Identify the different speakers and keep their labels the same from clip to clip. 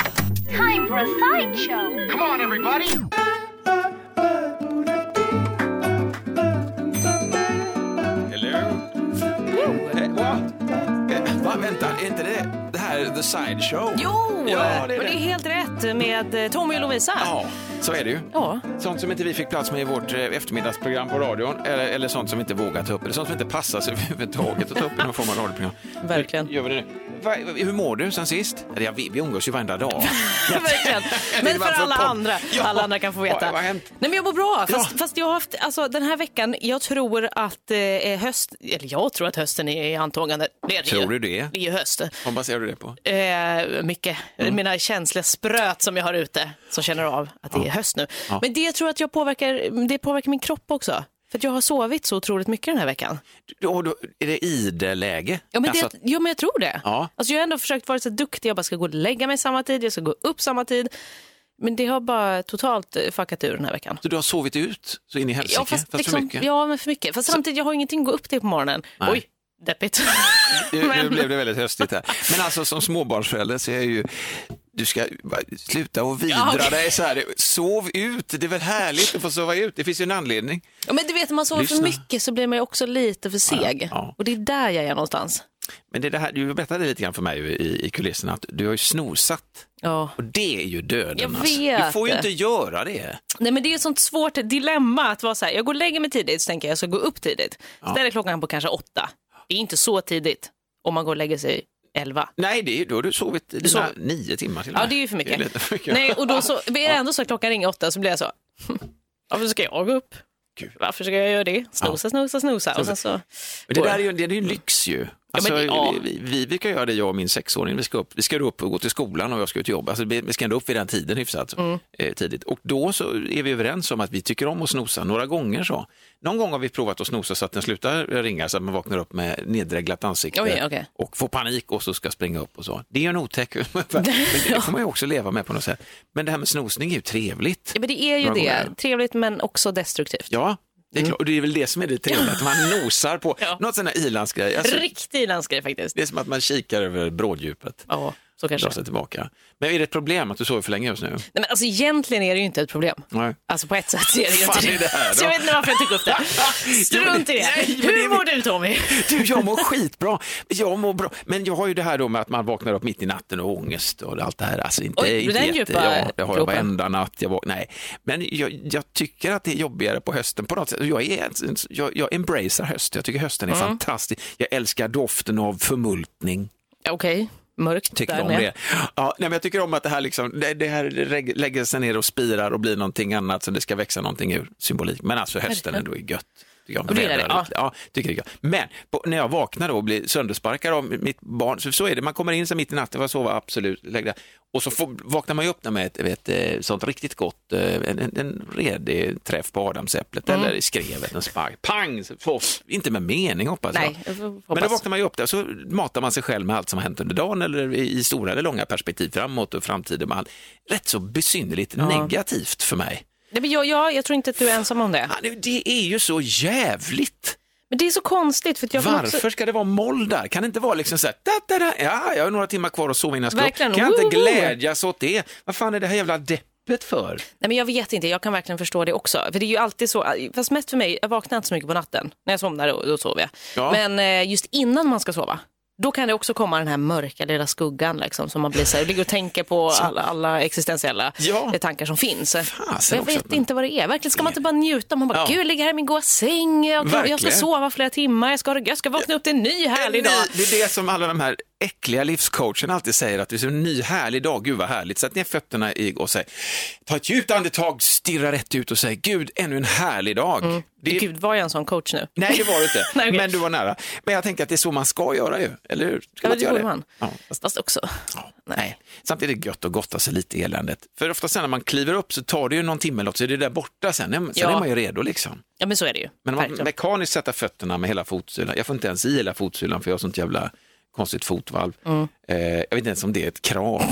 Speaker 1: It's time for a sideshow.
Speaker 2: Come on, everybody.
Speaker 3: Hello? Eh, va? Eh, va? Vänta, är inte det det här The Side Show?
Speaker 4: Jo, eh,
Speaker 3: Ja, det är
Speaker 4: och det är
Speaker 3: det.
Speaker 4: helt rätt med eh, Tommy och Lovisa.
Speaker 3: Ja, så är det ju.
Speaker 4: Ja.
Speaker 3: Sånt som inte vi fick plats med i vårt eh, eftermiddagsprogram på radion eller, eller sånt som vi inte vågar ta upp eller sånt som inte passar sig överhuvudtaget att ta upp i någon form av radioprogram.
Speaker 4: Verkligen.
Speaker 3: Nu Gör vi det nu. Va, hur mår du sen sist? Eller, ja, vi, vi umgås ju varenda dag.
Speaker 4: Verkligen. Men
Speaker 3: Varför
Speaker 4: för alla
Speaker 3: podd?
Speaker 4: andra,
Speaker 3: alltså Ja.
Speaker 4: alla andra kan få veta.
Speaker 3: Vad- vad har hänt?
Speaker 4: Nej, men jag mår bra, fast,
Speaker 3: Ja.
Speaker 4: fast jag har haft, alltså, den här veckan, jag tror att eh, höst, eller jag tror att hösten är i antågande. Det är det
Speaker 3: Tror
Speaker 4: ju.
Speaker 3: du det?
Speaker 4: Det är ju höst.
Speaker 3: Vad baserar du det på?
Speaker 4: Eh, mycket.
Speaker 3: Mm.
Speaker 4: Mina känslor spröt som jag har ute, som känner av att det är höst nu.
Speaker 3: Ja.
Speaker 4: Men det tror jag att jag påverkar, det påverkar min kropp också. För att jag har sovit så otroligt mycket den här veckan.
Speaker 3: Då, då, är det ideläge?
Speaker 4: Ja men,
Speaker 3: Alltså,
Speaker 4: det, ja, men jag tror det.
Speaker 3: Ja.
Speaker 4: Alltså, jag har ändå försökt vara så duktig. Jag bara ska gå och lägga mig samma tid, jag ska gå upp samma tid. Men det har bara totalt eh, fuckat ur den här veckan.
Speaker 3: så du har sovit ut så in i helsike? för
Speaker 4: liksom-
Speaker 3: mycket?
Speaker 4: ja, men för mycket. Fast samtidigt, jag har ingenting att gå upp till på morgonen.
Speaker 3: Nej.
Speaker 4: Oj, deppigt.
Speaker 3: Nu, nu
Speaker 4: Men-
Speaker 3: blev det väldigt höstigt här. Men alltså som småbarnsförälder så är jag ju, du ska va, sluta och vidra
Speaker 4: Ja, okej.
Speaker 3: dig så här. Sov ut, det är väl härligt att få sova ut. Det finns ju en anledning.
Speaker 4: Ja, men du vet, om man sover för
Speaker 3: Lyssna.
Speaker 4: mycket så blir man ju också lite för seg.
Speaker 3: ja.
Speaker 4: Och det är där jag är någonstans.
Speaker 3: Men det är det här, du berättade lite grann för mig i, i kulisserna att du har ju snosat.
Speaker 4: Ja.
Speaker 3: Och det är ju döden.
Speaker 4: Jag
Speaker 3: Alltså. Du
Speaker 4: vet.
Speaker 3: får ju inte göra det.
Speaker 4: Nej, men det är ett sånt svårt dilemma att vara så här, jag går och lägger mig tidigt så tänker jag, jag ska gå upp tidigt. Så där är klockan på kanske åtta. Det är inte så tidigt om man går och lägger sig elva.
Speaker 3: Nej, det är, då har du sovit dina
Speaker 4: sov-
Speaker 3: nio timmar till och
Speaker 4: Ja,
Speaker 3: med.
Speaker 4: det är ju för mycket.
Speaker 3: lite för mycket.
Speaker 4: Nej, och då så, är det ändå så att klockan ringer åtta så blir jag så, "Hm, varför ska jag gå upp?
Speaker 3: Gud.
Speaker 4: Varför ska jag göra det? Snosa, snosa, snosa. Och sen så...
Speaker 3: Men det där är ju, det är ju en lyx ju. Alltså,
Speaker 4: det- ja.
Speaker 3: vi, vi brukar göra det, jag och min sexåring. Vi ska, upp, vi ska upp och gå till skolan och jag ska ut och jobba. Alltså, vi vi ska ändå upp vid den tiden hyfsat
Speaker 4: Mm.
Speaker 3: eh, tidigt. Och då så är vi överens om att vi tycker om att snosa några gånger. så. Någon gång har vi provat att snosa så att den slutar ringa så att man vaknar upp med nedreglat ansikte
Speaker 4: Oj, okej.
Speaker 3: och får panik och så ska springa upp och så. Det är ju en otäck... Men det får man ju också leva med på något sätt. Men det här med snosning är ju trevligt.
Speaker 4: Ja, men det är ju
Speaker 3: Några
Speaker 4: det.
Speaker 3: gånger.
Speaker 4: Trevligt men också destruktivt.
Speaker 3: Ja, det är, klart. Och det är väl det som är det trevliga, att man nosar på
Speaker 4: Mm. Ja.
Speaker 3: något sån här ilandsgrej. Alltså,
Speaker 4: Riktig landsgrej faktiskt.
Speaker 3: Det är som att man kikar över bråddjupet.
Speaker 4: Ja, så kanske.
Speaker 3: Drar sig tillbaka. Men är det ett problem att du sover för länge just nu?
Speaker 4: Nej, men alltså, egentligen är det ju inte ett problem.
Speaker 3: Nej.
Speaker 4: Alltså på ett sätt är det ju
Speaker 3: Fan,
Speaker 4: inte
Speaker 3: är det här då?
Speaker 4: Så jag vet inte varför jag tog upp det.
Speaker 3: Jo, men
Speaker 4: Strunt
Speaker 3: det-
Speaker 4: i det.
Speaker 3: nej, men det är-
Speaker 4: Hur mår du Tommy?
Speaker 3: Du, jag mår skitbra. Jag mår bra. Men jag har ju det här då med att man vaknar upp mitt i natten och ångest och allt det här. Alltså inte,
Speaker 4: Oj,
Speaker 3: inte
Speaker 4: den
Speaker 3: jätte,
Speaker 4: djupa
Speaker 3: ja, det har jag
Speaker 4: gropen.
Speaker 3: varenda natt. Jag vak- nej. Men jag, jag tycker att det är jobbigare på hösten på något sätt. Jag, är, en- jag, jag embracear höst. Jag tycker hösten är
Speaker 4: Mm.
Speaker 3: fantastisk. Jag älskar doften av förmultning.
Speaker 4: Ja, Okej, mörkt
Speaker 3: Tycker
Speaker 4: där
Speaker 3: om
Speaker 4: med.
Speaker 3: det. Ja, nej, men jag tycker om att det här, liksom, det, det här reg- lägger sig ner och spirar och blir någonting annat så det ska växa någonting ur symbolik. Men alltså hösten ändå är gött. Tycker jag om
Speaker 4: Och du gillar det,
Speaker 3: vädret.
Speaker 4: ja.
Speaker 3: Ja, tycker jag. Men på, när jag vaknar då och blir söndersparkad av mitt barn, så, så är det, man kommer in så mitt i natten, jag sova absolut, lägg det. och så får, vaknar man ju upp där med ett, ett, eh, sånt riktigt gott, eh, en, en, en redig träff på adamsäpplet
Speaker 4: Mm.
Speaker 3: eller i skrevet, en spark, pang, så får- inte med mening hoppas
Speaker 4: Nej,
Speaker 3: jag.
Speaker 4: jag får-
Speaker 3: Alltså- Men då
Speaker 4: hoppas.
Speaker 3: vaknar man ju upp där så matar man sig själv med allt som har hänt under dagen eller i, i stora eller långa perspektiv framåt och framtiden med allt. Rätt så besynnerligt negativt för mig.
Speaker 4: Nej, men jag, jag, jag tror inte att du är ensam om det.
Speaker 3: Ja, det- Det är ju så jävligt.
Speaker 4: Men det är så konstigt. För att jag kan
Speaker 3: Varför
Speaker 4: också...
Speaker 3: ska det vara moll där? Kan det inte vara liksom så här, da, da, da. ja, jag har några timmar kvar att sova innan jag ska
Speaker 4: Verkligen.
Speaker 3: upp. Kan jag inte
Speaker 4: Woho!
Speaker 3: glädjas åt det? Vad fan är det här jävla deppet för?
Speaker 4: Nej, men jag vet inte, jag kan verkligen förstå det också. För det är ju alltid så, fast mest för mig, jag vaknar inte så mycket på natten. När jag somnar, då, då sover jag.
Speaker 3: Ja.
Speaker 4: Men eh, just innan man ska sova, då kan det också komma den här mörka lilla skuggan liksom, som man blir så här, ligger och tänker på alla, alla existentiella
Speaker 3: Ja.
Speaker 4: eh, tankar som finns.
Speaker 3: Fasen
Speaker 4: jag
Speaker 3: också att
Speaker 4: vet
Speaker 3: man-
Speaker 4: inte vad det är. Verkligen ska man inte bara njuta. Man bara,
Speaker 3: Ja.
Speaker 4: gud, jag ligger här i min goa säng. Jag, kan, jag ska
Speaker 3: Verkligen.
Speaker 4: sova flera timmar. Jag ska, jag ska vakna upp till en ny härlig
Speaker 3: En ny-
Speaker 4: dag.
Speaker 3: Det är det som alla de här äckliga livscoacherna alltid säger, att det är en ny härlig dag, gud vad härligt. Sätt ner fötterna i och säg, ta ett djupt andetag, stirra rätt ut och säg, gud, ännu en härlig dag. Det är-
Speaker 4: Mm. Gud, var jag en sån coach nu?
Speaker 3: Nej, det var det inte,
Speaker 4: Nej, okej.
Speaker 3: men du var nära. Men jag tänker att det är så man ska göra ju, eller hur? Ska
Speaker 4: Ja,
Speaker 3: man
Speaker 4: det
Speaker 3: inte
Speaker 4: borde
Speaker 3: göra
Speaker 4: man.
Speaker 3: Ja, fast-
Speaker 4: Fast också,
Speaker 3: ja,
Speaker 4: nej.
Speaker 3: Samtidigt är det gött att gotta sig lite i eländet. För ofta sen när man kliver upp så tar det ju någon timme eller något, så är det där borta sen. Sen
Speaker 4: Ja.
Speaker 3: är man ju redo liksom.
Speaker 4: Ja, men så är det ju.
Speaker 3: Men om man
Speaker 4: Verkligen.
Speaker 3: mekaniskt sätta fötterna med hela fotsulan, jag får inte ens i hela fotsulan för jag har sånt jävla konstigt fotvalv.
Speaker 4: Mm.
Speaker 3: Eh, jag vet inte ens om det är ett krav.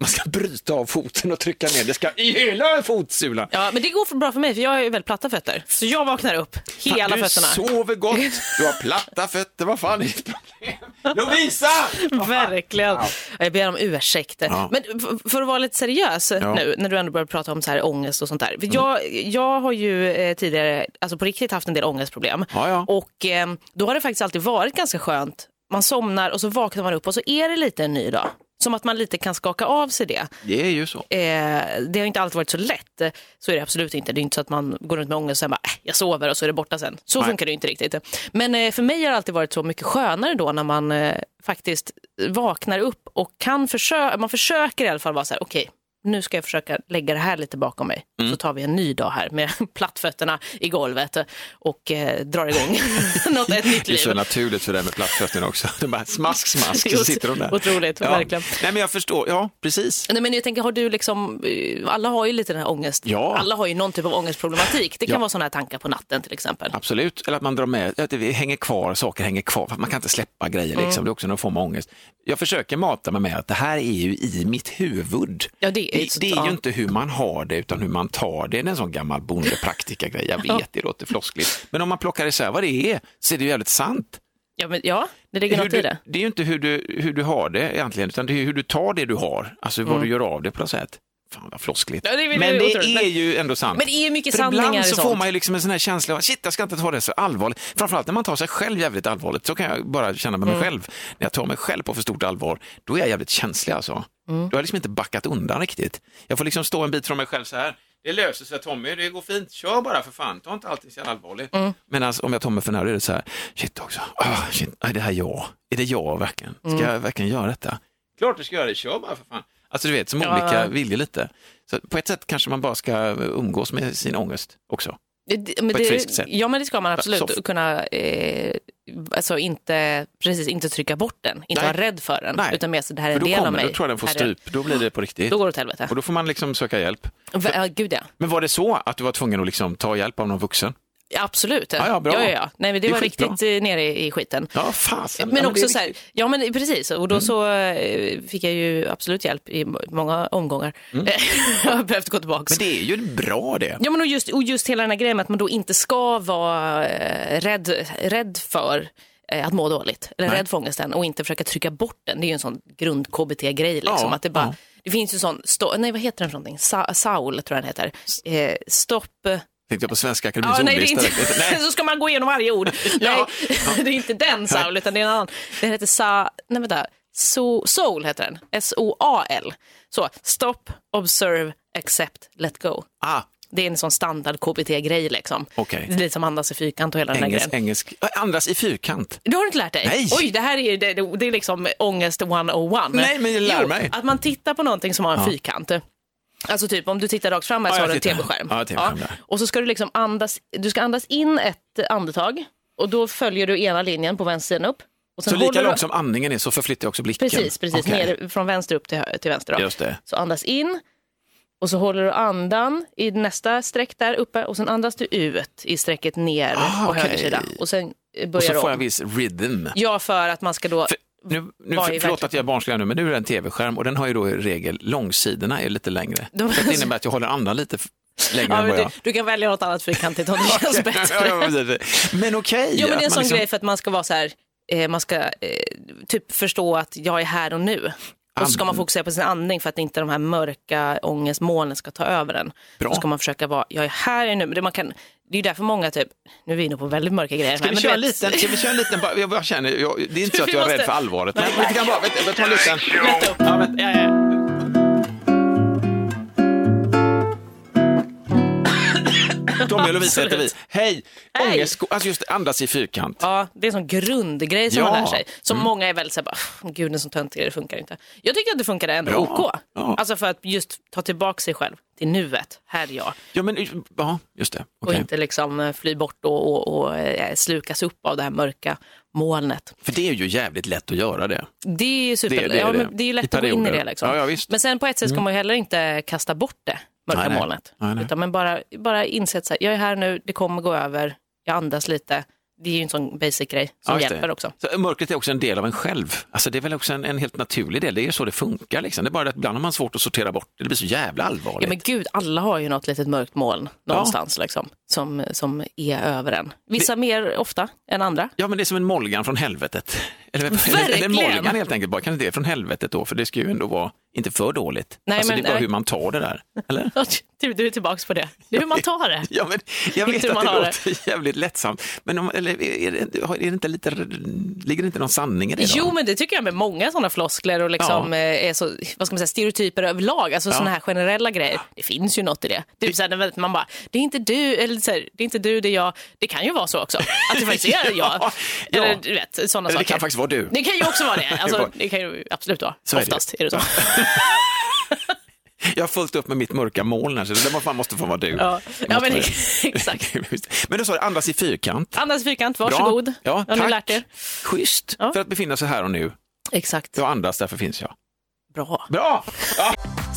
Speaker 3: Man ska bryta av foten och trycka ner, det ska i hela fotsulan.
Speaker 4: Ja, men det går för bra för mig för jag har ju väldigt platta fötter. Så jag vaknar upp, hela
Speaker 3: du
Speaker 4: fötterna.
Speaker 3: sover gott, du har platta fötter, vad fan är det problem? Lovisa!
Speaker 4: Verkligen. Jag ber om ursäkt.
Speaker 3: Ja.
Speaker 4: Men f- för att vara lite seriös
Speaker 3: Ja. Mm.
Speaker 4: nu, när du ändå börjar prata om så här ångest och sånt där. För jag, jag har ju eh, tidigare, alltså på riktigt haft en del ångestproblem.
Speaker 3: Ja, ja.
Speaker 4: Och eh, då har det faktiskt alltid varit ganska skönt. Man somnar och så vaknar man upp och så är det lite en ny dag. Som att man lite kan skaka av sig det.
Speaker 3: Det är ju så.
Speaker 4: Eh, det har inte alltid varit så lätt. Eh, Så är det absolut inte. Det är inte så att man går runt med ångest och sen bara, äh, jag sover och så är det borta sen. Så
Speaker 3: Nej.
Speaker 4: funkar det ju inte riktigt. Men eh, för mig har det alltid varit så mycket skönare då när man eh, faktiskt vaknar upp och kan försöka, man försöker i alla fall vara så här, okej, nu ska jag försöka lägga det här lite bakom mig.
Speaker 3: Mm.
Speaker 4: Så tar vi en ny dag här med plattfötterna i golvet och eh, drar igång något, ett nytt
Speaker 3: Det är
Speaker 4: liv.
Speaker 3: så naturligt för det här med plattfötterna också. Det är bara smask, smask, så sitter de där.
Speaker 4: Otroligt,
Speaker 3: ja.
Speaker 4: verkligen.
Speaker 3: Nej, men jag förstår. Ja, precis.
Speaker 4: Nej, men jag tänker, har du liksom, eh, alla har ju lite den här ångest.
Speaker 3: Ja.
Speaker 4: Alla har ju någon typ av ångestproblematik. Det kan
Speaker 3: Ja.
Speaker 4: vara sådana här tankar på natten till exempel.
Speaker 3: Absolut, eller att man drar med, att det hänger kvar, saker hänger kvar, man kan inte släppa grejer, liksom.
Speaker 4: Mm.
Speaker 3: det är också någon form av ångest. Jag försöker mata mig med att det här är ju i mitt huvud.
Speaker 4: Ja, det är ju så-
Speaker 3: det, är
Speaker 4: ja.
Speaker 3: ju inte hur man har det, utan hur man tar det. Det är en sån gammal bondepraktikergrej, jag vet, det låter floskligt. Men om man plockar isär vad det är, så är det ju jävligt sant.
Speaker 4: Ja, men, ja det ligger
Speaker 3: Hur
Speaker 4: något
Speaker 3: du,
Speaker 4: i det.
Speaker 3: är ju inte hur du, hur du har det egentligen, utan det är hur du tar det du har, alltså vad du gör av det på något sätt. Fan vad floskligt.
Speaker 4: Mm. Ja, det är- det är
Speaker 3: men det
Speaker 4: otroligt.
Speaker 3: är ju ändå sant.
Speaker 4: Men det är ju mycket
Speaker 3: För
Speaker 4: sanningar
Speaker 3: ibland
Speaker 4: i
Speaker 3: så får
Speaker 4: sånt.
Speaker 3: man ju liksom en sån här känsla av shit, jag ska inte ta det så allvarligt. Framförallt när man tar sig själv jävligt allvarligt, så kan jag bara känna med mig
Speaker 4: Mm.
Speaker 3: själv. När jag tar mig själv på för stort allvar, då är jag jävligt känslig alltså.
Speaker 4: Mm.
Speaker 3: Då har jag liksom inte backat undan riktigt. Jag får liksom stå en bit från mig själv så här. Det löser sig Tommy, det går fint, kör bara för fan, ta inte allting så jävla allvarligt.
Speaker 4: Mm.
Speaker 3: Medan om jag tar mig för nära, då är det så här, shit också, Ah, shit, är det här jag? Är det jag verkligen? Ska
Speaker 4: Mm.
Speaker 3: jag verkligen göra detta? Klart du ska göra det, kör bara för fan. Alltså du vet, som
Speaker 4: Ja,
Speaker 3: olika
Speaker 4: ja.
Speaker 3: viljor lite. Så på ett sätt kanske man bara ska umgås med sin ångest också.
Speaker 4: Det-
Speaker 3: på
Speaker 4: Men
Speaker 3: ett
Speaker 4: det-
Speaker 3: friskt sätt.
Speaker 4: Ja, men det ska man absolut.
Speaker 3: Soft.
Speaker 4: Kunna, eh, alltså inte, precis, inte trycka bort den, inte
Speaker 3: Nej.
Speaker 4: vara rädd för den,
Speaker 3: Nej.
Speaker 4: utan mer så det här är
Speaker 3: För
Speaker 4: en
Speaker 3: då,
Speaker 4: del av
Speaker 3: kommer,
Speaker 4: mig.
Speaker 3: då tror jag den får
Speaker 4: Här är-
Speaker 3: stryp, då blir det på riktigt.
Speaker 4: Då går det åt helvete.
Speaker 3: Och då får man liksom söka hjälp.
Speaker 4: V- Ja, gud ja.
Speaker 3: Men var det så att du var tvungen att liksom ta hjälp av någon vuxen?
Speaker 4: Absolut.
Speaker 3: Ja, ja, bra.
Speaker 4: Ja, ja, ja. Nej, men det,
Speaker 3: Det är
Speaker 4: var
Speaker 3: skitbra.
Speaker 4: riktigt eh, nere i i skiten.
Speaker 3: Ja, fasen.
Speaker 4: Men
Speaker 3: ja, det
Speaker 4: också
Speaker 3: är
Speaker 4: så här,
Speaker 3: viktigt. Mm.
Speaker 4: ja men precis, och då så eh, fick jag ju absolut hjälp i må- många omgångar. jag har behövt gå tillbaka.
Speaker 3: Mm. Men det är ju bra det.
Speaker 4: Ja, men och, just, och just hela den här grejen med att man då inte ska vara eh, rädd, rädd för eh, att må dåligt, eller
Speaker 3: Nej.
Speaker 4: rädd för ångesten och inte försöka trycka bort den. Det är ju en sån grund-KBT-grej. Liksom,
Speaker 3: Ja,
Speaker 4: att det, bara,
Speaker 3: ja.
Speaker 4: det finns ju sån, sto- nej vad heter den för någonting? Sa, Saul tror jag den heter. Eh, stopp... eh,
Speaker 3: Tänkte jag på Svenska
Speaker 4: Ja,
Speaker 3: Akademiens
Speaker 4: nej, det är
Speaker 3: ordlista.
Speaker 4: inte,
Speaker 3: Nej,
Speaker 4: så ska man gå igenom varje ord.
Speaker 3: Ja.
Speaker 4: Nej, det är inte den Saul, utan det är en annan. Den heter Sa... Nej, vänta. So, soul heter den. S-O-A-L. Så, stop, observe, accept, let go.
Speaker 3: ah,
Speaker 4: Det är en sån standard KBT-grej liksom.
Speaker 3: Okej.
Speaker 4: Det är lite som andas i fyrkant och hela den där
Speaker 3: engelsk,
Speaker 4: grejen.
Speaker 3: engelsk. Äh, Andas i fyrkant.
Speaker 4: Du har inte lärt dig?
Speaker 3: Nej.
Speaker 4: Oj, det här är, det, det är liksom ångest 101.
Speaker 3: Nej, men jag lär
Speaker 4: jo,
Speaker 3: mig.
Speaker 4: Att man tittar på någonting som har en fyrkant. Alltså typ om du tittar rakt fram här
Speaker 3: Ja,
Speaker 4: så
Speaker 3: jag
Speaker 4: har du en
Speaker 3: tittar.
Speaker 4: tv-skärm.
Speaker 3: Ja, TV-skärm där.
Speaker 4: Och så ska du liksom andas, du ska andas in ett andetag och då följer du ena linjen på vänster sida upp. Och sen
Speaker 3: Så lika
Speaker 4: håller du-
Speaker 3: långt som andningen är så förflyttar jag också blicken.
Speaker 4: Precis, precis.
Speaker 3: Okej.
Speaker 4: Ner från vänster upp till, hö- till vänster. Då.
Speaker 3: Just det.
Speaker 4: Så andas in och så håller du andan i nästa sträck där uppe och sen andas du ut i sträcket ner
Speaker 3: Ah,
Speaker 4: på
Speaker 3: okej.
Speaker 4: höger sida. Och sen eh,
Speaker 3: Och
Speaker 4: börjar
Speaker 3: så
Speaker 4: du
Speaker 3: får jag
Speaker 4: om.
Speaker 3: viss rhythm.
Speaker 4: Ja, för att man ska då...
Speaker 3: För, nu, nu,
Speaker 4: Vad är
Speaker 3: för, förlåt
Speaker 4: verkligen-
Speaker 3: att jag är barnslig nu, men nu är det en tv-skärm och den har ju då i regel, långsidorna är lite längre.
Speaker 4: De-
Speaker 3: Så det innebär att jag håller andan lite f- längre
Speaker 4: Ja,
Speaker 3: än
Speaker 4: men
Speaker 3: vad
Speaker 4: du,
Speaker 3: jag...
Speaker 4: du kan välja något annat fyrkantigt om det känns bättre.
Speaker 3: Ja, ja, precis. men okej.
Speaker 4: Jo,
Speaker 3: att
Speaker 4: men det är en
Speaker 3: man
Speaker 4: sån
Speaker 3: liksom-
Speaker 4: grej för att man ska vara så här, eh, man ska eh, typ förstå att jag är här och nu. Och så ska man fokusera på sin andning för att inte de här mörka ångestmolnen ska ta över en.
Speaker 3: Bra.
Speaker 4: Så ska man försöka vara, jag är här och nu. Men det, man kan, det är ju därför många typ, nu är vi inne på väldigt mörka grejer.
Speaker 3: Ska
Speaker 4: här,
Speaker 3: vi,
Speaker 4: men
Speaker 3: köra en
Speaker 4: du vet-
Speaker 3: liten, ska vi köra en liten, bara- jag bara känner, jag, det är inte så att
Speaker 4: Vi
Speaker 3: jag är
Speaker 4: måste-
Speaker 3: rädd för allvaret. Men
Speaker 4: Nej.
Speaker 3: vi kan bara, vänta, vänta, vänta,
Speaker 4: Vänta upp.
Speaker 3: Ja, vänta.
Speaker 4: Ja, ja.
Speaker 3: Tommy och Lovisa heter vi.
Speaker 4: Absolut.
Speaker 3: Hej!
Speaker 4: Hej.
Speaker 3: Ångest, alltså just andas i fyrkant.
Speaker 4: ja, det är en sån grundgrej som
Speaker 3: Ja. Mm.
Speaker 4: man lär sig. Som många är väldigt så här, bara, "Pff, gud en sån töntig grej, det funkar inte. Jag tycker att det funkade ändå
Speaker 3: Bra.
Speaker 4: OK.
Speaker 3: Ja.
Speaker 4: Alltså för att just ta tillbaka sig själv till nuet, här är jag.
Speaker 3: Ja, men, ja, just det.
Speaker 4: och
Speaker 3: Okej.
Speaker 4: inte liksom eh, fly bort och, och, och eh, slukas upp av det här mörka molnet.
Speaker 3: För det är ju jävligt lätt att göra det.
Speaker 4: Det är ju super...
Speaker 3: Det- det är
Speaker 4: ja,
Speaker 3: det.
Speaker 4: men det är ju
Speaker 3: I
Speaker 4: lätt att gå in i
Speaker 3: perioder.
Speaker 4: det. Liksom.
Speaker 3: Ja, ja, visst. Mm.
Speaker 4: Men sen på ett sätt ska man ju heller inte kasta bort det mörka
Speaker 3: Nej, nej.
Speaker 4: molnet.
Speaker 3: Nej, nej.
Speaker 4: Utan man bara, bara inse att så här, jag är här nu, det kommer gå över, jag andas lite. Det är ju en sån basic grej som
Speaker 3: Ja, just det.
Speaker 4: hjälper också.
Speaker 3: Så eh, mörkret är också en del av en själv. Alltså det är väl också en, en helt naturlig del, det är ju så det funkar. Liksom. Det är bara det att ibland har man svårt att sortera bort det, det blir så jävla allvarligt.
Speaker 4: Ja, men gud, alla har ju något litet mörkt moln någonstans liksom, som, som är över en. Vissa mer ofta än andra.
Speaker 3: Ja, men det är som en molgan från helvetet. Eller, eller, eller
Speaker 4: Verkligen.
Speaker 3: Mulligan helt enkelt, bara, kanske det är från helvetet då, för det ska ju ändå vara, inte för dåligt.
Speaker 4: Nej,
Speaker 3: alltså,
Speaker 4: men-
Speaker 3: det är bara
Speaker 4: nej.
Speaker 3: hur man tar det där, eller?
Speaker 4: Du, du är tillbaka på det. Det är hur man tar det.
Speaker 3: Ja, men jag vet
Speaker 4: Inte hur
Speaker 3: att
Speaker 4: man
Speaker 3: det
Speaker 4: har
Speaker 3: låter jävligt lättsamt, men om, eller, är, det, är det inte lite, ligger det inte någon sanning i det? då?
Speaker 4: Jo, men det tycker jag med många sådana floskler och liksom,
Speaker 3: Ja.
Speaker 4: eh, är så, vad ska man säga, stereotyper överlag, alltså
Speaker 3: Ja.
Speaker 4: sådana här generella grejer. Det finns ju något i det. Typ såhär, när man bara, det är inte du, eller såhär, det är inte du, det är jag. Det kan ju vara så också, att det faktiskt är jag.
Speaker 3: Ja,
Speaker 4: Eller
Speaker 3: ja.
Speaker 4: du vet, sådana
Speaker 3: eller
Speaker 4: saker.
Speaker 3: det kan faktiskt vara du.
Speaker 4: Det kan ju också vara det. Alltså, det kan ju absolut vara.
Speaker 3: Så är det.
Speaker 4: Oftast är det så.
Speaker 3: Jag har fullt upp med mitt mörka moln här, så det måste- måste få vara du.
Speaker 4: Ja,
Speaker 3: Det
Speaker 4: ja
Speaker 3: måste
Speaker 4: men
Speaker 3: vara
Speaker 4: exakt.
Speaker 3: du. Just. men då sa du andas i fyrkant.
Speaker 4: Andas i fyrkant, varsågod.
Speaker 3: Ja,
Speaker 4: har
Speaker 3: tack.
Speaker 4: ni lärt er?
Speaker 3: Schysst,
Speaker 4: Ja.
Speaker 3: för att befinna sig här och nu.
Speaker 4: Exakt.
Speaker 3: Jag andas, därför finns jag.
Speaker 4: Bra.
Speaker 3: Bra! Ja.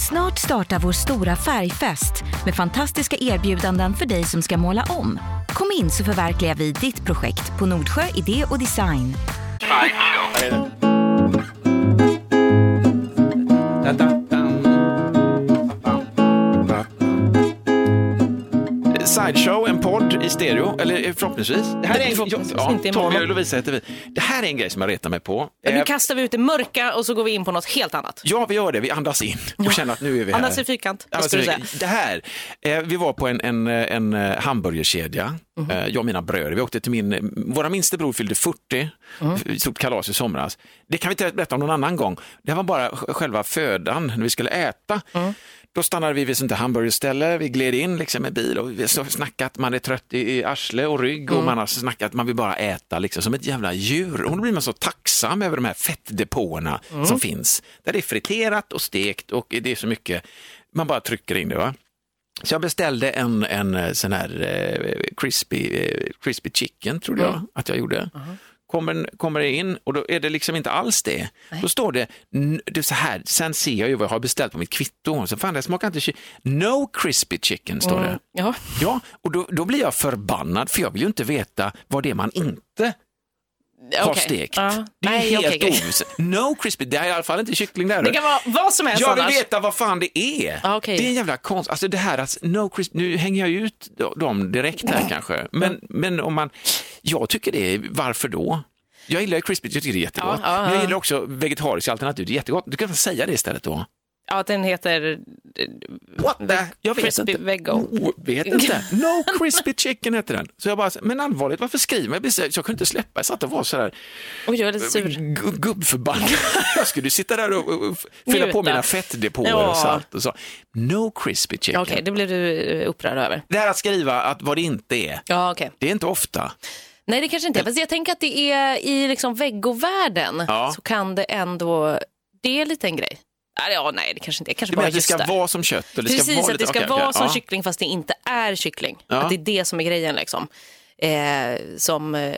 Speaker 2: Snart startar vår stora färgfest med fantastiska erbjudanden för dig som ska måla om. Kom in så förverkligar vi ditt projekt på Nordsjö Idé och Design.
Speaker 3: Sideshow, en podd i stereo, eller eh, förhoppningsvis. Det här är en,
Speaker 4: Förhoppningsvis,
Speaker 3: ja,
Speaker 4: inte i
Speaker 3: Tommy
Speaker 4: morgon.
Speaker 3: och Lovisa heter vi. Det här är en grej som jag retar mig på.
Speaker 4: Men nu
Speaker 3: Eh,
Speaker 4: kastar vi ut det mörka och så går vi in på något helt annat.
Speaker 3: Ja, vi gör det. Vi andas in och känner att nu är vi här.
Speaker 4: Andas i fyrkant, vad
Speaker 3: Andas i
Speaker 4: skulle du säga?
Speaker 3: fyrkant. Det här. Eh, vi var på en, en, eh, en eh, hamburgerkedja,
Speaker 4: Mhm.
Speaker 3: eh, jag och mina bröder. Vi åkte till min, eh, våra minste bror fyllde 40,
Speaker 4: Mhm.
Speaker 3: mm. stort kalas i somras. Det kan vi inte berätta om någon annan gång. Det var bara sj- själva födan när vi skulle äta.
Speaker 4: Mhm.
Speaker 3: Då stannade vi vid ett sånt där hamburgerställe, vi gled in liksom med bil och vi har snackat, man är trött i i arsle och rygg och man har snackat, man vill bara äta liksom, som ett jävla djur. Och då blir man så tacksam över de här fettdepåerna som finns, där det är friterat och stekt och det är så mycket, man bara trycker in det. va? Så jag beställde en, en eh, sån här eh, crispy, eh, crispy chicken, trodde
Speaker 4: Mm.
Speaker 3: jag att jag gjorde.
Speaker 4: Uh-huh.
Speaker 3: Kommer, kommer det in och då är det liksom inte alls det. Då står det, n- det är så här, sen ser jag ju vad jag har beställt på mitt kvitto. Så fan, det smakar inte chi- No crispy chicken, står det.
Speaker 4: Ja.
Speaker 3: Ja, och då, då blir jag förbannad, för jag vill ju inte veta vad det är man inte har
Speaker 4: Okej.
Speaker 3: stekt.
Speaker 4: Ja.
Speaker 3: Det är
Speaker 4: Nej,
Speaker 3: helt
Speaker 4: okej, okej.
Speaker 3: ovs. No crispy, det är i alla fall inte kyckling där.
Speaker 4: Det kan vara vad som helst
Speaker 3: Jag vill
Speaker 4: annars.
Speaker 3: veta vad fan det är.
Speaker 4: Ja, okej.
Speaker 3: Det är en jävla konst. Alltså det här att no crisp, nu hänger jag ut dem direkt här kanske. Men, men om man, jag tycker det är, varför då? Jag gillar ju crispy, jag tycker det är jättegott.
Speaker 4: Ja, ja,
Speaker 3: Men jag
Speaker 4: ja.
Speaker 3: gillar också vegetariska alternativ, det är jättegott. Du kan väl säga det istället då?
Speaker 4: Ja, att den heter... eh,
Speaker 3: What the? Jag vet
Speaker 4: Crispy
Speaker 3: inte.
Speaker 4: vego.
Speaker 3: Oh, vet inte. No crispy chicken heter den. Så jag bara, men allvarligt, varför skriver man? Jag, blir så- jag kunde inte släppa, jag satt och var så här
Speaker 4: Oj, jag är lite sur.
Speaker 3: gu- gubbförbannad. Jag skulle ju sitta där och, och, och fylla på
Speaker 4: Njuta.
Speaker 3: mina fettdepåer
Speaker 4: Ja.
Speaker 3: och salt och så. No crispy chicken.
Speaker 4: Ja, Okej, det blev du eh, upprörd över.
Speaker 3: Det här att skriva att vad det inte är,
Speaker 4: Ja, okej.
Speaker 3: det är inte ofta.
Speaker 4: Nej, det kanske inte är. Fast jag tänker att det är i liksom veggovärlden
Speaker 3: Ja.
Speaker 4: så kan det ändå... Det är lite en grej. Eller, Ja, nej, det kanske inte är. Kanske
Speaker 3: Du
Speaker 4: bara
Speaker 3: menar att det
Speaker 4: just
Speaker 3: ska
Speaker 4: där.
Speaker 3: vara som kött? Och det ska
Speaker 4: Precis,
Speaker 3: vara
Speaker 4: att det
Speaker 3: lite-
Speaker 4: ska
Speaker 3: okej,
Speaker 4: vara
Speaker 3: okej,
Speaker 4: som
Speaker 3: ja.
Speaker 4: kyckling fast det inte är kyckling.
Speaker 3: Ja.
Speaker 4: Att det är det som är grejen. Liksom. Eh, som eh,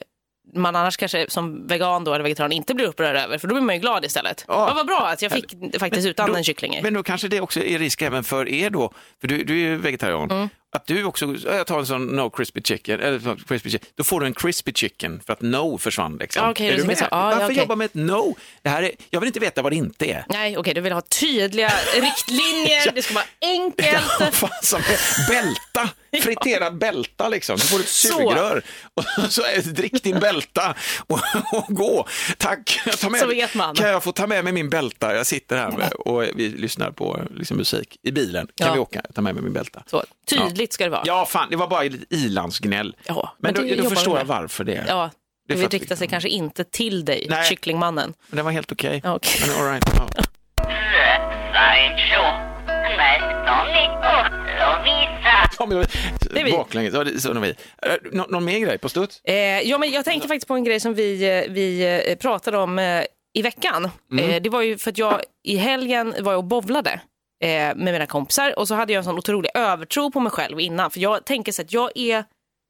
Speaker 4: man annars kanske som vegan då, eller vegetarian inte blir upprörd över, för då blir man ju glad istället.
Speaker 3: Ja.
Speaker 4: Ja, vad bra att jag fick faktiskt utan en kyckling i.
Speaker 3: Men då kanske det också är risk även för er då, för du, du är ju vegetarian,
Speaker 4: Mm.
Speaker 3: att du också, ja, jag tar en sån no crispy chicken, eller så- crispy chicken, då får du en crispy chicken för att no försvann. Liksom.
Speaker 4: Ja, okej,
Speaker 3: är
Speaker 4: det
Speaker 3: du
Speaker 4: ska
Speaker 3: med?
Speaker 4: jag säga. Ja, ja,
Speaker 3: Varför
Speaker 4: okej.
Speaker 3: jobba med ett no? Det här är, jag vill inte veta vad det inte är.
Speaker 4: Nej, okej, du vill ha tydliga riktlinjer, det ska vara enkelt.
Speaker 3: Fan, som bälta, friterad bälta liksom. Så får du ett sugrör och så är det, drick din bälta och, och gå. Tack, jag tar med,
Speaker 4: Så vet man.
Speaker 3: kan jag få ta med mig min bälta? Jag sitter här med, och vi lyssnar på liksom, musik i bilen. Kan
Speaker 4: Ja.
Speaker 3: vi åka? Jag tar med mig min bälta.
Speaker 4: Så, tydligt ska det vara.
Speaker 3: Ja, fan, det var bara lite ilandsgnäll.
Speaker 4: Ja,
Speaker 3: men
Speaker 4: men det
Speaker 3: då, då
Speaker 4: jobbar vi
Speaker 3: förstår jag
Speaker 4: med.
Speaker 3: varför det.
Speaker 4: Ja,
Speaker 3: Det
Speaker 4: det
Speaker 3: är
Speaker 4: vill
Speaker 3: för att-
Speaker 4: rikta sig kanske inte till dig,
Speaker 3: Nej.
Speaker 4: kycklingmannen.
Speaker 3: Men det var helt okej.
Speaker 4: Ja, okej.
Speaker 3: Men all right. ja.
Speaker 5: Sideshow med Tommy och Lovisa.
Speaker 3: Kom, jag-
Speaker 4: är vi.
Speaker 3: Baklänges, ja, det- så är vi. Eh, nå- Någon mer grej på studs?
Speaker 4: Eh, ja, men jag tänkte faktiskt på en grej som vi, eh, vi eh, pratade om eh, i veckan.
Speaker 3: Mm.
Speaker 4: Eh, det var ju för att jag i helgen var jag och bowlade eh, med mina kompisar och så hade jag en sån otrolig övertro på mig själv innan. För jag tänker så att jag är,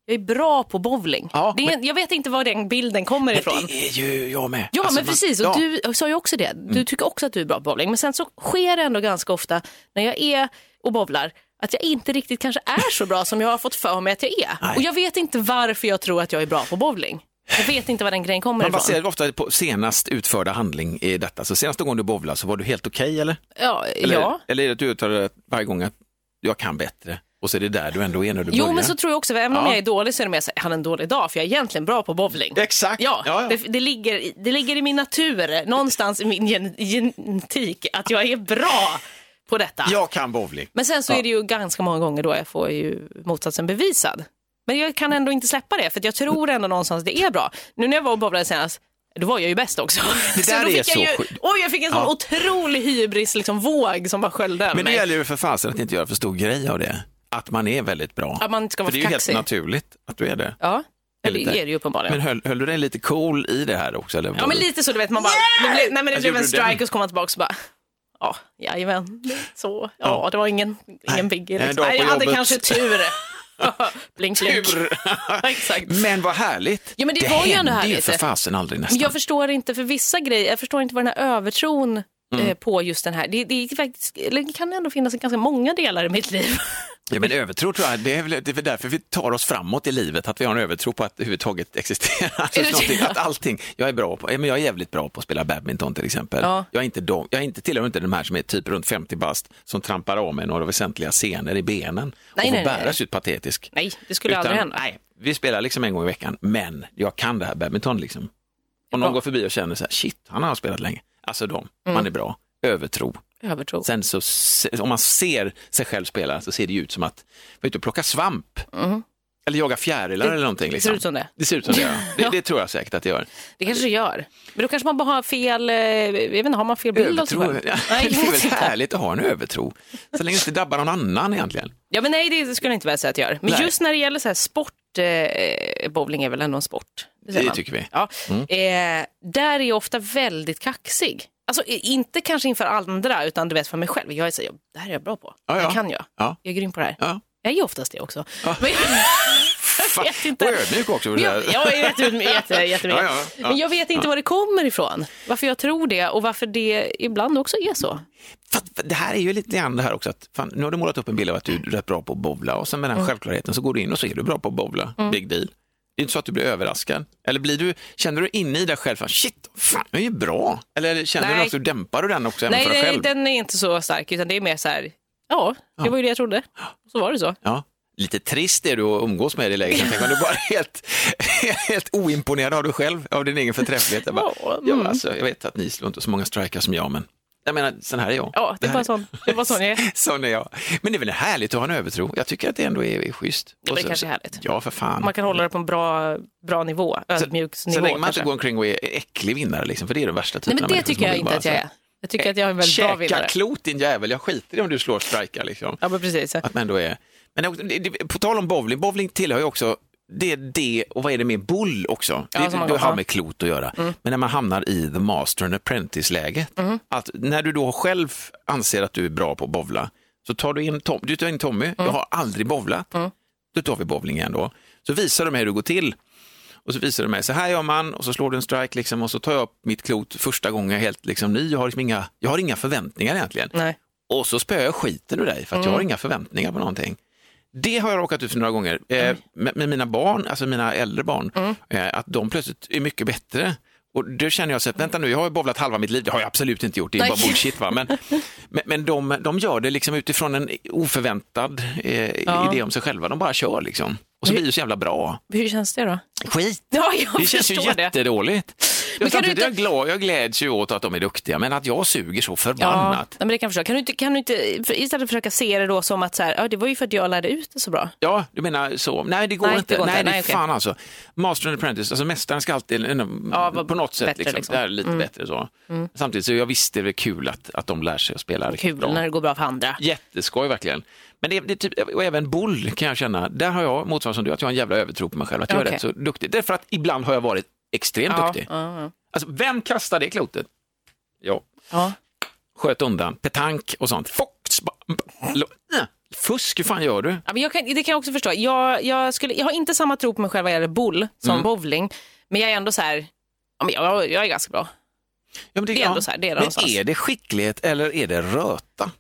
Speaker 4: jag är bra på bowling.
Speaker 3: Ja,
Speaker 4: det är, Jag vet inte var den bilden kommer ifrån.
Speaker 3: Det är ju jag med.
Speaker 4: Ja,
Speaker 3: Alltså, Mm.
Speaker 4: men
Speaker 3: man-
Speaker 4: precis. Och
Speaker 3: ja.
Speaker 4: du sa ju också det. Du tycker också att du är bra på bowling. Men sen så sker det ändå ganska ofta när jag är och bowlar att jag inte riktigt kanske är så bra som jag har fått för mig att jag är.
Speaker 3: Nej.
Speaker 4: Och jag vet inte varför jag tror att jag är bra på bowling. Jag vet inte var den grejen kommer
Speaker 3: Man
Speaker 4: ifrån.
Speaker 3: baserar ofta på senast utförda handling i detta. Så senaste gången du bowlade så var du helt okej eller?
Speaker 4: Ja,
Speaker 3: Eller,
Speaker 4: ja.
Speaker 3: eller är det att du uttalar varje gång att jag kan bättre? och så är det där du ändå är när du
Speaker 4: Jo,
Speaker 3: börjar.
Speaker 4: men så tror jag också. Även om
Speaker 3: Ja.
Speaker 4: jag är dålig så är det mer så här, han är en dålig dag, för jag är egentligen bra på bowling.
Speaker 3: Exakt.
Speaker 4: Ja,
Speaker 3: Ja, ja.
Speaker 4: Det, det, ligger, i- det ligger i min natur, någonstans i min gen- genetik, att jag är bra på detta.
Speaker 3: Jag kan bowling.
Speaker 4: Men sen så
Speaker 3: Ja.
Speaker 4: är det ju ganska många gånger då jag får ju motsatsen bevisad. Men jag kan ändå inte släppa det, för att jag tror ändå någonstans att det är bra. Nu när jag var och bowlade senast, då var jag ju bäst också.
Speaker 3: Det där är
Speaker 4: då fick jag
Speaker 3: så
Speaker 4: ju,
Speaker 3: sjukt.
Speaker 4: Oj, jag fick en sån
Speaker 3: Ja.
Speaker 4: otrolig hybris, liksom våg som bara sköljde över
Speaker 3: Men det
Speaker 4: mig.
Speaker 3: gäller ju för fasen att inte göra för stor grej av det. Att man är väldigt bra.
Speaker 4: Att man inte ska vara
Speaker 3: för det är ju
Speaker 4: för
Speaker 3: helt
Speaker 4: kaxig.
Speaker 3: naturligt att du är det.
Speaker 4: Ja, men
Speaker 3: Lite.
Speaker 4: det är det ju uppenbarligen.
Speaker 3: Men höll, höll du dig lite cool i det här också? Eller var
Speaker 4: Ja men
Speaker 3: du-
Speaker 4: lite så du vet, man bara, det blev, nej men det
Speaker 3: Alltså,
Speaker 4: blev en
Speaker 3: gjorde du den?
Speaker 4: strike och så kom man tillbaka och så bara, ja, jajamän, så, ja
Speaker 3: Ja.
Speaker 4: det var ingen, ingen biggie.
Speaker 3: en
Speaker 4: Liksom.
Speaker 3: dag
Speaker 4: Nej,
Speaker 3: på
Speaker 4: jag hade
Speaker 3: jobbet.
Speaker 4: kanske tur. blink blink.
Speaker 3: Tur.
Speaker 4: Exakt.
Speaker 3: Men vad härligt.
Speaker 4: Ja, men det var ju ändå
Speaker 3: händer ju
Speaker 4: härligt.
Speaker 3: för fasen aldrig
Speaker 4: Men
Speaker 3: nästan.
Speaker 4: jag förstår inte för vissa grejer, jag förstår inte vad den här övertron
Speaker 3: Mm.
Speaker 4: eh, på just den här, det, det, är faktiskt, eller det kan ändå finnas ganska många delar i mitt liv.
Speaker 3: Ja, men övertro tror jag, det är, väl, det är väl därför vi tar oss framåt i livet, att vi har en övertro på att det överhuvudtaget existerar. Alltså,
Speaker 4: Är det
Speaker 3: någonting,
Speaker 4: så?
Speaker 3: att allting, jag är bra på, ja, men jag är jävligt bra på att spela badminton till exempel.
Speaker 4: Ja.
Speaker 3: Jag, är inte de, jag är inte, tillhör inte de här som är typ runt 50 bast, som trampar av mig några väsentliga scener i benen
Speaker 4: Nej,
Speaker 3: och
Speaker 4: nej,
Speaker 3: får
Speaker 4: nej.
Speaker 3: bäras ut patetisk.
Speaker 4: Nej, det skulle aldrig hända.
Speaker 3: Nej, vi spelar liksom en gång i veckan, men jag kan det här badminton liksom. Om någon
Speaker 4: Bra. Mm.
Speaker 3: går förbi och känner så här, shit, han har spelat länge. Alltså de, man är bra. Övertro.
Speaker 4: Övertro.
Speaker 3: Sen så, se- om man ser sig själv spela så ser det ju ut som att man är ute och plockar svamp. Eller jagar fjärilar eller någonting.
Speaker 4: Mm. det
Speaker 3: Liksom.
Speaker 4: ser ut som det.
Speaker 3: Det ser ut som det, ja. det, det tror jag säkert att det gör.
Speaker 4: Det kanske det gör. Men då kanske man bara har fel, eh, jag vet inte, har man fel bild av sig
Speaker 3: Övertro.
Speaker 4: själv?
Speaker 3: Ja,
Speaker 4: Nej,
Speaker 3: det är
Speaker 4: vet
Speaker 3: väl
Speaker 4: inte.
Speaker 3: härligt att ha en övertro. Så länge det inte drabbar någon annan egentligen.
Speaker 4: Ja, men nej, det skulle jag inte vilja säga att jag gör. Men
Speaker 3: Nej.
Speaker 4: just när det gäller så här sport, eh, bowling är väl ändå en sport? säger
Speaker 3: Det
Speaker 4: man.
Speaker 3: tycker vi. Mm.
Speaker 4: Ja. Eh, där är jag ofta väldigt kaxig. Alltså i- inte kanske inför andra, utan du vet för mig själv. Jag är så här, "Ja, det här är jag bra på.
Speaker 3: Ja,
Speaker 4: Det
Speaker 3: ja.
Speaker 4: kan jag.
Speaker 3: Ja.
Speaker 4: Jag är grym på det här.
Speaker 3: Ja.
Speaker 4: Jag är oftast det också. Men,
Speaker 3: Fan,
Speaker 4: vet inte.
Speaker 3: och ödmjuk också. vill
Speaker 4: men
Speaker 3: jag
Speaker 4: jag,
Speaker 3: säga.
Speaker 4: jag är jätte, jätte, jättemycket.
Speaker 3: Ja, ja, ja.
Speaker 4: Men jag vet inte var det kommer ifrån. Varför jag tror det och varför det ibland också är så.
Speaker 3: Fan, Det här är ju lite grann det här också, att fan, nu har du målat upp en bild av att du är rätt bra på att bowla och sen med den
Speaker 4: Mm.
Speaker 3: självklarheten så går du in och så är du bra på att bowla. Big deal. Det är inte så att du blir överraskad. Eller blir du, känner du inne i dig själv, fan, shit, fan, jag är ju bra. Eller känner
Speaker 4: Nej.
Speaker 3: du att du dämpar du den också även
Speaker 4: Nej,
Speaker 3: för dig
Speaker 4: nej,
Speaker 3: själv?
Speaker 4: den är inte så stark, utan det är mer så här, ja, det
Speaker 3: Ja.
Speaker 4: var ju det jag trodde. Så var det så.
Speaker 3: Ja. Lite trist är du att umgås med i det läget. Jag tänker, om du bara är helt, helt oimponerad av dig själv, av din egen förträfflighet. Jag, bara,
Speaker 4: Ja, mm.
Speaker 3: ja, men alltså, jag vet att ni slår inte så många strikar som jag, men jag menar, sån här är jag.
Speaker 4: Ja, det är
Speaker 3: här
Speaker 4: bara sån, det är bara sån jag är.
Speaker 3: Sån är jag. Men det är väl härligt att ha en övertro. Jag tycker att det ändå är, är schysst.
Speaker 4: Ja, men
Speaker 3: Och
Speaker 4: det
Speaker 3: så-
Speaker 4: kanske är härligt.
Speaker 3: Ja, för fan.
Speaker 4: Man kan hålla det på en bra, bra nivå, ödmjuk
Speaker 3: så
Speaker 4: nivå.
Speaker 3: länge man
Speaker 4: kanske.
Speaker 3: inte går omkring och är äcklig vinnare, liksom, för det är den värsta typen
Speaker 4: Nej, men
Speaker 3: av
Speaker 4: det
Speaker 3: människor som
Speaker 4: tycker jag
Speaker 3: vill
Speaker 4: inte
Speaker 3: bara
Speaker 4: att jag
Speaker 3: så
Speaker 4: är.
Speaker 3: här,
Speaker 4: Jag tycker att jag är en väldigt bra
Speaker 3: Käka
Speaker 4: vinnare.
Speaker 3: klot din jävel, jag skiter i om du slår strikar. Liksom.
Speaker 4: Ja, men precis.
Speaker 3: Att man ändå är... Men också- det- det- på tal om bowling, bowling tillhör ju också det är det och vad är det med bull också?
Speaker 4: Ja,
Speaker 3: Det,
Speaker 4: som man-
Speaker 3: det
Speaker 4: ja. Mm.
Speaker 3: har med klot att göra. Men när man hamnar i the master and apprentice-läget, att när du då själv anser att du är bra på att bowla, så tar du in, Tom, du tar in Tommy, jag
Speaker 4: Mm.
Speaker 3: har aldrig bowlat, då tar vi bowling igen då. Så visar du mig hur det går till och så visar du mig, så här gör man och så slår du en strike liksom, och så tar jag upp mitt klot första gången jag är helt liksom, ny, jag har, liksom inga, jag har inga förväntningar egentligen.
Speaker 4: Nej.
Speaker 3: Och så spöar jag skiten ur dig för att jag har
Speaker 4: Mm.
Speaker 3: inga förväntningar på någonting. Det har jag råkat ut för några gånger eh, med, med mina barn, alltså mina äldre barn,
Speaker 4: Mm.
Speaker 3: eh, att de plötsligt är mycket bättre. Och då känner jag så att, vänta nu, jag har ju bowlat halva mitt liv, det har jag absolut inte gjort, det är
Speaker 4: Nej.
Speaker 3: bara bullshit. Va? Men, men, men de, de gör det liksom utifrån en oförväntad eh,
Speaker 4: Ja.
Speaker 3: idé om sig själva, de bara kör liksom. Och så blir det så jävla bra.
Speaker 4: Hur känns det då?
Speaker 3: Skit!
Speaker 4: Ja, jag
Speaker 3: Det känns ju
Speaker 4: förstår det.
Speaker 3: jättedåligt. Jag,
Speaker 4: kan du
Speaker 3: samtidigt är jag,
Speaker 4: inte-
Speaker 3: glad, jag gläds ju åt att de är duktiga, men att jag suger så
Speaker 4: Ja,
Speaker 3: förbannat.
Speaker 4: nej, men det kan jag förstå. Kan du inte, kan du inte för istället försöka se det då som att så här, ja, det var ju för att jag lärde ut det så bra.
Speaker 3: Ja, du menar så. Nej, det går
Speaker 4: Nej, det
Speaker 3: inte.
Speaker 4: går inte.
Speaker 3: Nej, det
Speaker 4: Nej,
Speaker 3: är
Speaker 4: okej.
Speaker 3: fan alltså. Master and apprentice, alltså mästaren ska alltid eh,
Speaker 4: Ja, vara
Speaker 3: på något sätt
Speaker 4: bättre
Speaker 3: liksom.
Speaker 4: liksom. Mm.
Speaker 3: Det här är lite bättre så. Samtidigt så jag visste det är kul att, att de lär sig att spela riktigt
Speaker 4: Kul
Speaker 3: bra.
Speaker 4: när det går bra för andra.
Speaker 3: Jätteskoj verkligen. Men det, det är typ, och även boll kan jag känna, där har jag motsvarande som du, att jag har en jävla övertro på mig själv, att jag
Speaker 4: Okej.
Speaker 3: är rätt så duktig. Det är för att ibland har jag varit extremt
Speaker 4: Ja,
Speaker 3: duktig.
Speaker 4: ja, ja.
Speaker 3: Alltså, vem kastar det klotet? Jag
Speaker 4: Ja.
Speaker 3: sköt undan, petank och sånt. Fuck, spa- lo- äh, Fusk, hur fan gör du?
Speaker 4: Ja, men jag kan, det kan jag också förstå. Jag, jag, skulle, jag har inte samma tro på mig själv vad gäller boll som
Speaker 3: Mm.
Speaker 4: bowling, men jag är ändå så här, ja, men jag, jag är ganska bra.
Speaker 3: Ja, men
Speaker 4: Det är ändå så här, det är där
Speaker 3: men
Speaker 4: någonstans.
Speaker 3: är det skicklighet eller är det röta?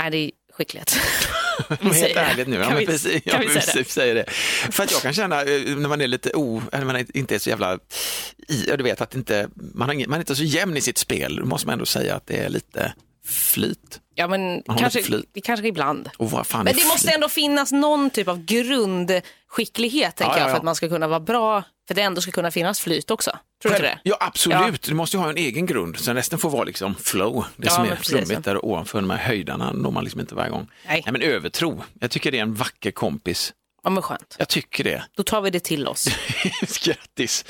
Speaker 4: Nej, det är skicklighet.
Speaker 3: Om jag är
Speaker 4: säger
Speaker 3: Helt
Speaker 4: det.
Speaker 3: ärligt nu. Ja,
Speaker 4: Kan
Speaker 3: men
Speaker 4: vi-
Speaker 3: precis,
Speaker 4: kan
Speaker 3: ja,
Speaker 4: vi
Speaker 3: men
Speaker 4: säga
Speaker 3: precis, säger det. För att jag kan känna eh, när man är lite o, eller man är- inte är så jävla, i, ja, du vet att inte, man, har, ingen- man är inte så jämn i sitt spel, då måste man ändå säga att det är lite flit.
Speaker 4: Ja, men
Speaker 3: har lite
Speaker 4: kanske,
Speaker 3: flyt.
Speaker 4: det kanske ibland.
Speaker 3: Och vad fan
Speaker 4: Men
Speaker 3: är
Speaker 4: det måste
Speaker 3: flit?
Speaker 4: ändå finnas någon typ av grundskicklighet tänker
Speaker 3: Ja, ja,
Speaker 4: jag för
Speaker 3: ja.
Speaker 4: att man ska kunna vara bra. För det ändå ska kunna finnas flyt också. Tror du inte det?
Speaker 3: Ja, absolut. Du måste ju ha en egen grund. Sen resten får vara liksom flow. Det
Speaker 4: Ja,
Speaker 3: som är
Speaker 4: men precis.
Speaker 3: flummigt där ovanför, de här höjdarna når man liksom inte varje gång.
Speaker 4: Nej.
Speaker 3: Nej, men övertro. Jag tycker det är en vacker kompis.
Speaker 4: Ja, men skönt.
Speaker 3: Jag tycker det.
Speaker 4: Då tar vi det till oss.
Speaker 3: Grattis!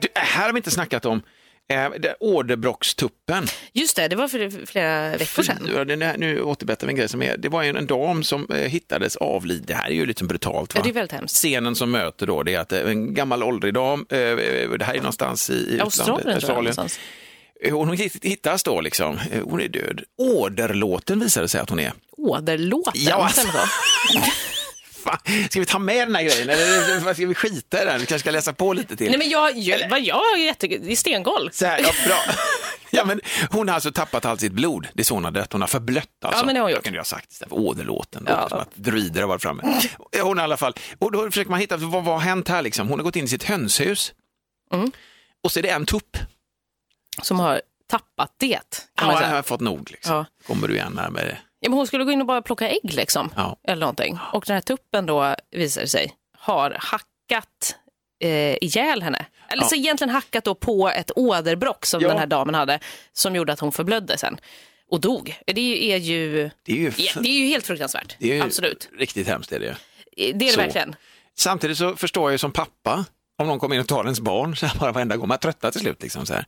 Speaker 3: Du, äh, här har vi inte snackat om eh, det- orderbrockstuppen.
Speaker 4: Just det, det var för flera veckor sedan.
Speaker 3: Ja, den här- Nu återberättar vi en grej som är, det var ju en dam som eh, hittades avlid. Det här är ju lite brutalt. Va?
Speaker 4: Ja, det är väldigt hemskt.
Speaker 3: Scenen som möter då det är att eh, en gammal åldrig dam, eh, eh, det här är någonstans i utlandet,
Speaker 4: Australien tror jag någonstans.
Speaker 3: Eh, Hon hitt- hittas då liksom, Eh, hon är död. Åderlåten visade det sig att hon är.
Speaker 4: Åderlåten.
Speaker 3: Ja, alltså.
Speaker 4: stämmer så?
Speaker 3: Fan, ska vi ta med den här grejen eller eh, vad ska vi skita i den? Vi kanske ska läsa på lite till.
Speaker 4: Nej, men jag, jag, vad jag är jätte... Det är stenkoll.
Speaker 3: Så här, ja, bra. Ja, men hon har alltså tappat allt sitt blod. Det är så hon har dött. Hon har förblött alltså.
Speaker 4: Ja, men det har hon
Speaker 3: jag
Speaker 4: gjort.
Speaker 3: kunde ju ha sagt istället för åderlåten.
Speaker 4: Ja.
Speaker 3: Ja. Som att druider har varit framme. Hon i alla fall. Och då försöker man hitta alltså, vad, vad har hänt här liksom. Hon har gått in i sitt hönshus.
Speaker 4: Mm.
Speaker 3: Och så är det en tupp.
Speaker 4: Som har tappat det. Kan man
Speaker 3: Ja, jag
Speaker 4: säga.
Speaker 3: har fått nog. Liksom.
Speaker 4: Ja.
Speaker 3: Kommer du igen här med det?
Speaker 4: Ja, men hon skulle gå in och bara plocka ägg liksom.
Speaker 3: Ja.
Speaker 4: Eller någonting. Och den här tuppen då, visar det sig, har hackat eh, ihjäl henne. Eller så
Speaker 3: Ja.
Speaker 4: egentligen hackat då på ett åderbråck som
Speaker 3: Ja.
Speaker 4: den här damen hade. Som gjorde att hon förblödde sen. Och dog. Det är ju,
Speaker 3: Det är ju,
Speaker 4: ja, det är ju helt fruktansvärt.
Speaker 3: det är ju
Speaker 4: Absolut.
Speaker 3: riktigt hemskt. Är det. ju.
Speaker 4: Det är det
Speaker 3: Så.
Speaker 4: verkligen.
Speaker 3: Samtidigt så förstår jag ju som pappa om någon kommer in och tar ens barn så här bara varenda gång. Man tröttnar till slut. Liksom, så här.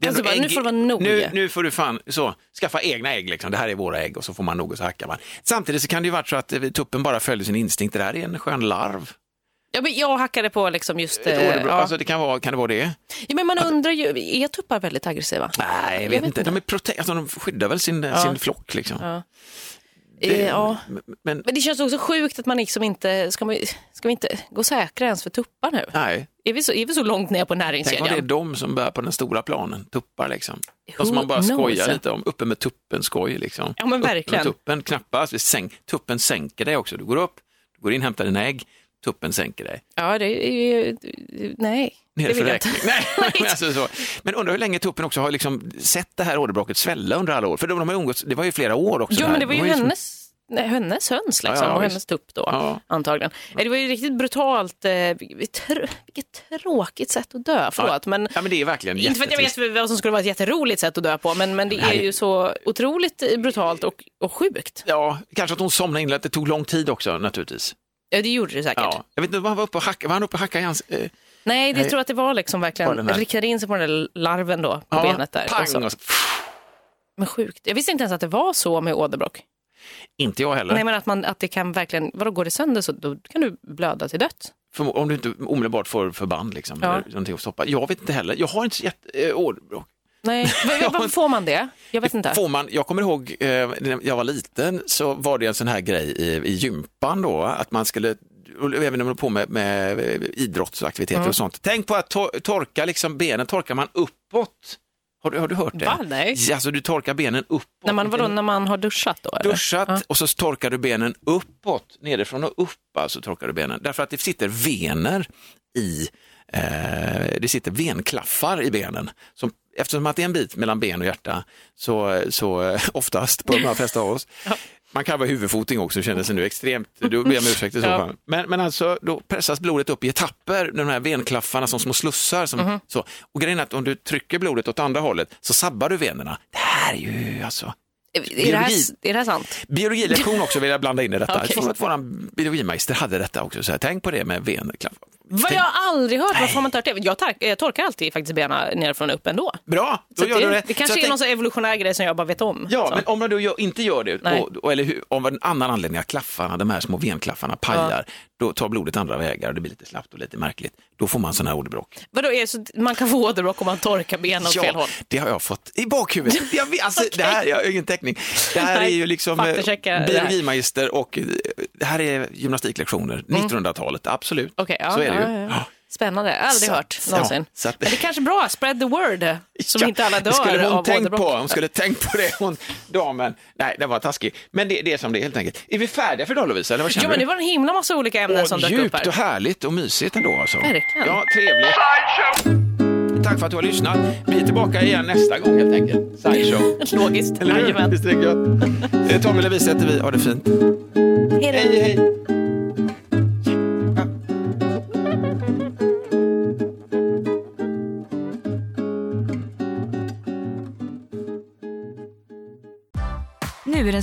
Speaker 3: Det är
Speaker 4: Alltså
Speaker 3: ändå
Speaker 4: bara, nu får det vara nog.
Speaker 3: Nu, nu får du fan så, skaffa egna ägg, liksom. det här är våra ägg och så får man nog och så hackar man. Samtidigt så kan det ju varit så att eh, tuppen bara följer sin instinkt. Det där är en skön larv.
Speaker 4: Ja, men jag hackade på liksom just...
Speaker 3: Ett
Speaker 4: Eh,
Speaker 3: åderbråck.
Speaker 4: ja.
Speaker 3: Alltså, det kan, vara, kan det vara det?
Speaker 4: ja, men man undrar ju, är tuppar väldigt aggressiva?
Speaker 3: Nej, jag vet, inte. De, är prote- alltså, de skyddar väl sin, sin flock. Liksom.
Speaker 4: Ja.
Speaker 3: Det-
Speaker 4: Eh, ja.
Speaker 3: Men
Speaker 4: Men det känns också sjukt att man liksom inte, ska, man, ska vi inte gå säkra ens för tuppar nu?
Speaker 3: nej,
Speaker 4: Är vi så, är vi så långt ner på
Speaker 3: tänk om det är
Speaker 4: näringskedjan?
Speaker 3: de som bär på den stora planen, tuppar liksom. De
Speaker 4: Who
Speaker 3: som man bara skojar
Speaker 4: knows?
Speaker 3: lite om, uppe med tuppen skoj liksom.
Speaker 4: Ja, men
Speaker 3: Upp med
Speaker 4: verkligen.
Speaker 3: Tuppen knappas, sänk, tuppen sänker dig också. Du går upp, du går in, hämtar dina ägg, tuppen sänker dig.
Speaker 4: Ja, det är ju... Nej, det
Speaker 3: Ner
Speaker 4: vill
Speaker 3: för
Speaker 4: jag inte.
Speaker 3: räkning. Nej, men, alltså, så. men undrar hur länge tuppen också har liksom sett det här åderbråcket svälla under alla år. För de, de har ju umgåtts, det var ju flera år också.
Speaker 4: Jo,
Speaker 3: här.
Speaker 4: men det var ju
Speaker 3: De som-
Speaker 4: hennes, nej, hennes höns liksom,
Speaker 3: Ja, ja,
Speaker 4: och
Speaker 3: visst.
Speaker 4: hennes tupp då,
Speaker 3: Ja.
Speaker 4: antagligen. Nej, Det var ju riktigt brutalt. eh, vilket tr- Vilket tråkigt sätt att dö, förlåt. Men,
Speaker 3: Ja, men det är verkligen
Speaker 4: inte för att jag
Speaker 3: jättetrist.
Speaker 4: vet vad som skulle vara ett jätteroligt sätt att dö på, men, men det är
Speaker 3: Nej.
Speaker 4: ju så otroligt brutalt och, och sjukt.
Speaker 3: Ja, kanske att hon somnade in, att det tog lång tid också naturligtvis.
Speaker 4: Ja, det gjorde det säkert.
Speaker 3: Ja. Jag vet inte, var han var uppe och hacka, var han uppe och hacka i hans... Eh,
Speaker 4: Nej, det
Speaker 3: Nej.
Speaker 4: tror jag att det var liksom
Speaker 3: Var den
Speaker 4: verkligen
Speaker 3: där?
Speaker 4: riktade in sig på den där larven då, på
Speaker 3: ja,
Speaker 4: benet där.
Speaker 3: Pang,
Speaker 4: Och så.
Speaker 3: och så,
Speaker 4: Men sjukt. Jag visste inte ens att det var så med åderbråck.
Speaker 3: inte jag heller.
Speaker 4: Nej, men att, man, att det kan verkligen, vadå går det sönder så då kan du blöda till döds.
Speaker 3: Förmo- om du inte omedelbart får förband liksom,
Speaker 4: Ja.
Speaker 3: eller någonting att stoppa. Jag vet inte heller, jag har inte så jätte... Eh, åderbråck.
Speaker 4: Nej, var, var, varför får man det? Jag vet inte.
Speaker 3: Får man, jag kommer ihåg eh, när jag var liten så var det en sån här grej i, i gympan då, att man skulle, och även när man höll på med, med idrottsaktiviteter och sånt, tänk på att to- torka liksom benen, torkar man uppåt. Har du, har du hört det?
Speaker 4: Va? Nej.
Speaker 3: Ja, Alltså du torkar benen uppåt.
Speaker 4: När man, vadå, när man har duschat då? Eller?
Speaker 3: duschat och så torkar du benen uppåt, nerifrån och upp alltså torkar du benen. Därför att det sitter vener i, eh, det sitter venklaffar i benen. Som, eftersom att det är en bit mellan ben och hjärta så, så eh, oftast på de här flesta av oss. Man kan vara huvudfoting också, känner sig nu extremt, då ber jag om ursäkt i så
Speaker 4: Ja.
Speaker 3: fall. Men, men alltså, då pressas blodet upp i etapper, de här venklaffarna som små slussar. Som,
Speaker 4: Mhm.
Speaker 3: så. Och grejen är att om du trycker blodet åt andra hållet så sabbar du venerna. Det här är ju alltså
Speaker 4: Är, det här,
Speaker 3: Biologi.
Speaker 4: är det här sant?
Speaker 3: Biologilektion också vill jag blanda in i detta.
Speaker 4: Okej.
Speaker 3: Jag tror att vår biologimeister hade detta också. Så här, tänk på det med venklaff.
Speaker 4: Vad jag har aldrig hört, varför har man inte hört det? Jag, tar, jag torkar alltid faktiskt benen nerifrån och upp ändå.
Speaker 3: Bra, då
Speaker 4: Så
Speaker 3: gör
Speaker 4: det,
Speaker 3: du det.
Speaker 4: det
Speaker 3: Så
Speaker 4: kanske
Speaker 3: jag
Speaker 4: är
Speaker 3: tänk-
Speaker 4: någon sån evolutionär grej som jag bara vet om.
Speaker 3: Ja,
Speaker 4: Så.
Speaker 3: men om man då gör, inte gör det,
Speaker 4: Nej.
Speaker 3: och, och, eller hur, om en annan anledning att klaffarna, de här små venklaffarna pajar, då tar blodet andra vägar och det blir lite slappt och lite märkligt. Då får man sån här åderbråck.
Speaker 4: Vadå, är det så, man kan få åderbråck om man torkar benen åt fel håll?
Speaker 3: det har jag fått i bakhuvudet. Jag, vet- alltså, Det här, jag har ingen täckning. Det här
Speaker 4: Nej,
Speaker 3: är ju liksom
Speaker 4: faktachecka det
Speaker 3: eh,
Speaker 4: här.
Speaker 3: biologimeister och eh, det här är gymnastiklektioner, 1900-talet, absolut.
Speaker 4: Mm. Okej, ja,
Speaker 3: Så är det ju.
Speaker 4: ja, ja, ja. Spännande, aldrig
Speaker 3: Så-
Speaker 4: hört
Speaker 3: så-
Speaker 4: någonsin.
Speaker 3: så att-
Speaker 4: Men det är kanske är bra, spread the word, som
Speaker 3: Ja,
Speaker 4: inte alla
Speaker 3: det skulle
Speaker 4: dör
Speaker 3: hon
Speaker 4: av
Speaker 3: tänkt på.
Speaker 4: åderbråck.
Speaker 3: Hon skulle tänkt på det, hon, damen. Nej, det var taskig. Men det, det är som det är helt enkelt. Är vi färdiga för idag Lovisa, eller vad känner
Speaker 4: Jo, men
Speaker 3: du?
Speaker 4: det var en himla massa olika ämnen som
Speaker 3: och
Speaker 4: dök upp
Speaker 3: djupt och
Speaker 4: här.
Speaker 3: härligt och mysigt ändå. Alltså.
Speaker 4: Verkligen.
Speaker 3: Ja, trevligt. Tack för att du har lyssnat. Vi är tillbaka igen nästa gång helt enkelt. Sideshow.
Speaker 4: Logiskt,
Speaker 3: Eller hur?
Speaker 4: jajamän.
Speaker 3: Visst är det gött? Eh, Tommy Lovisa heter vi. Ha det fint.
Speaker 4: Hej då.
Speaker 3: Hej, hej.
Speaker 2: Nu är den